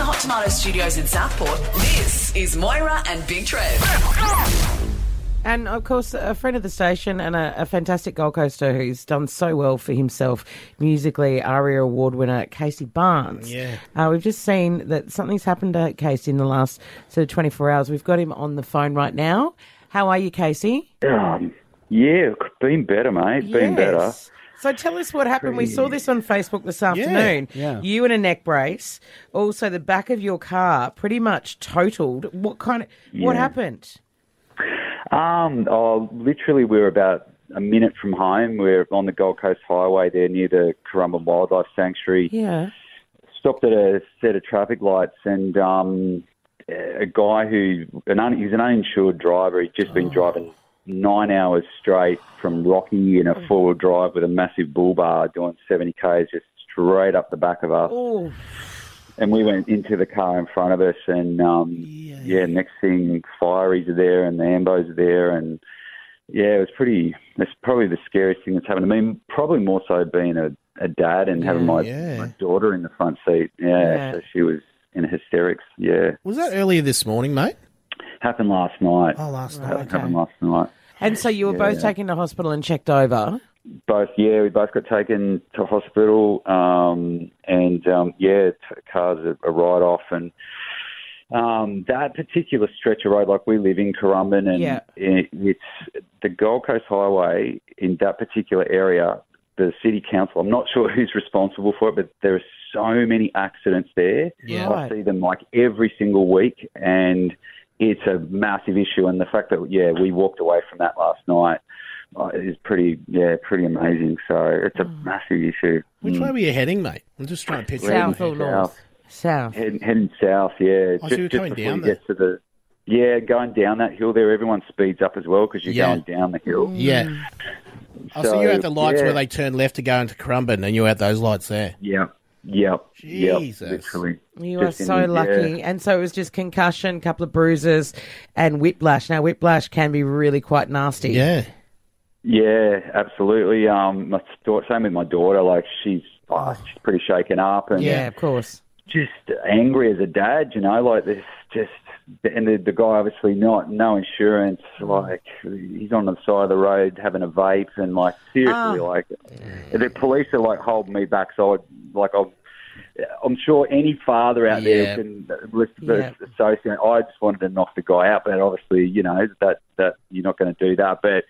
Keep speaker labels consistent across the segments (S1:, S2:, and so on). S1: Hot Tomato Studios in Southport, this is Moira and Big Trev.
S2: And of course, a friend of the station and a, a fantastic Gold Coaster who's done so well for himself musically, ARIA Award winner Casey Barnes.
S3: Yeah.
S2: Uh, we've just seen that something's happened to Casey in the last sort of 24 hours. We've got him on the phone right now. How are you, Casey?
S4: Um, yeah, been better, mate. Been better.
S2: Yes. So tell us what happened. We saw this on Facebook this afternoon.
S3: yeah.
S2: You in a neck brace. Also, the back of your car pretty much totaled. What kind of, what
S4: Yeah.
S2: happened?
S4: Um, oh, literally, we were about a minute from home. We are on the Gold Coast Highway there near the Currumbin Wildlife Sanctuary.
S2: Yeah.
S4: Stopped at a set of traffic lights, and um, a guy who an un, he's an uninsured driver. He'd just
S2: Oh.
S4: been driving nine hours straight from Rocky in a
S2: Oh.
S4: four-wheel drive with a massive bull bar, doing seventy k's just straight up the back of us.
S2: Oh,
S4: and we went into the car in front of us, and um, yeah, next thing, fireys are there and the ambos are there, and yeah, it was pretty. That's probably the scariest thing that's happened. I mean, probably more so being a, a dad and having my,
S3: yeah.
S4: my daughter in the front seat. Yeah,
S2: Yeah.
S4: so she was in hysterics. Yeah,
S3: Was that earlier this morning, mate?
S4: happened last night.
S3: Oh, last night.
S4: happened last night.
S2: And so you were both taken to hospital and checked over.
S4: Both, yeah, we both got taken to hospital, um, and um, yeah, t- cars are, are right off, and um, that particular stretch of road, like we live in Currumbin, and
S2: Yeah.
S4: it, it's the Gold Coast Highway in that particular area. The city council, I'm not sure who's responsible for it, but there are so many accidents there.
S3: Yeah.
S4: I
S2: Right.
S4: see them like every single week, and it's a massive issue. And the fact that yeah, we walked away from that last night uh, is pretty yeah, pretty amazing. So it's a
S2: Mm.
S4: massive issue. Mm.
S3: Which way were you heading, mate? I'm just trying to picture
S4: South.
S2: Hmm. South
S3: it.
S2: or north? South.
S4: Heading, heading south, yeah.
S3: Oh, so you're coming
S4: before
S3: down
S4: you get to the yeah, going down that hill there, everyone speeds up as well because you're
S3: Yeah.
S4: going down the hill.
S2: Mm. Hmm.
S3: Yeah. I see you at the lights
S4: yeah.
S3: where they turn left to go into Currumbin, and you're at those lights there.
S4: Yeah, yeah,
S3: Jesus.
S4: yeah, literally.
S2: You
S4: Just
S2: are
S4: in
S2: so
S4: the-
S2: lucky.
S4: yeah.
S2: And so it was just concussion, couple of bruises, and whiplash. Now, whiplash can be really quite nasty.
S3: Yeah.
S4: Yeah, absolutely. Um, my daughter, same with my daughter. Like she's, oh, she's pretty shaken up, and
S2: Yeah, of course.
S4: just angry as a dad, you know, like this just and the, the guy obviously not no insurance, like he's on the side of the road having a vape and like seriously, like the police are like holding me back, so I like I'm. I'm sure any father out there
S3: Yeah.
S4: can uh, list
S2: Yeah.
S4: the associate. I just wanted to knock the guy out, but obviously, you know that that you're not going to do that. But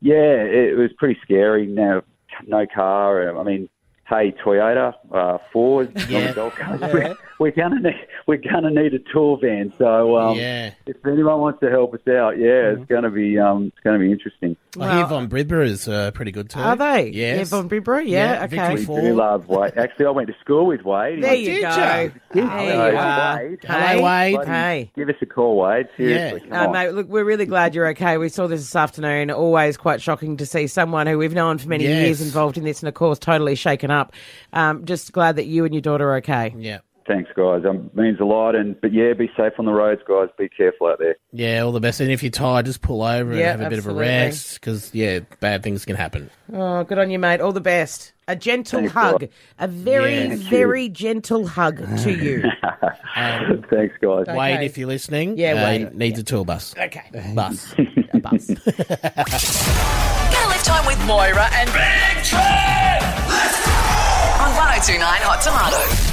S4: yeah, it was pretty scary. Now, no car. um, I mean, hey, Toyota, uh, Ford, on
S3: Yeah.
S4: the Gold Coast. We're, we're gonna need we're gonna need a tour van. So um,
S3: yeah. Mm-hmm.
S4: if anyone wants to help us out, yeah, it's gonna be um, it's gonna be interesting.
S3: I hear Von Bridborough is uh, pretty good too.
S2: Are they?
S3: Yes.
S2: Yeah, Von Bibra? Yeah,
S3: Yeah,
S2: okay.
S4: We
S3: Ford.
S4: do love Wade. Actually, I went to school with Wade.
S2: There you
S3: Did
S2: go.
S3: ya?
S2: There you
S4: Hello,
S2: are.
S4: Wade.
S3: Hello, Wade.
S4: Bloody-
S2: Hey.
S4: Give us a call, Wade. Seriously,
S3: Yeah.
S4: come
S2: No,
S4: on.
S2: mate, look, we're really glad you're okay. We saw this this afternoon. Always quite shocking to see someone who we've known for many
S3: Yes.
S2: years involved in this and, of course, totally shaken up. Um, just glad that you and your daughter are okay.
S3: Yeah.
S4: Thanks, guys. Um, means a lot. And but yeah, be safe on the roads, guys. Be careful out there.
S3: Yeah, all the best. And if you're tired, just pull over
S2: Yeah,
S3: and have a bit of a
S2: absolutely.
S3: rest because, yeah, bad things can happen.
S2: Oh, good on you, mate. All the best. A gentle
S4: Thanks,
S2: hug.
S4: Rob.
S2: A very,
S3: Yeah.
S2: very gentle hug to you.
S4: Thanks, guys.
S3: Um, Wade, if you're listening,
S2: Yeah,
S3: uh,
S2: Wade.
S3: needs a tour bus. Okay. Bus.
S2: A bus.
S1: Gonna live time with Moira and Big Trev. Let's go! On 1029 Hot Tomato.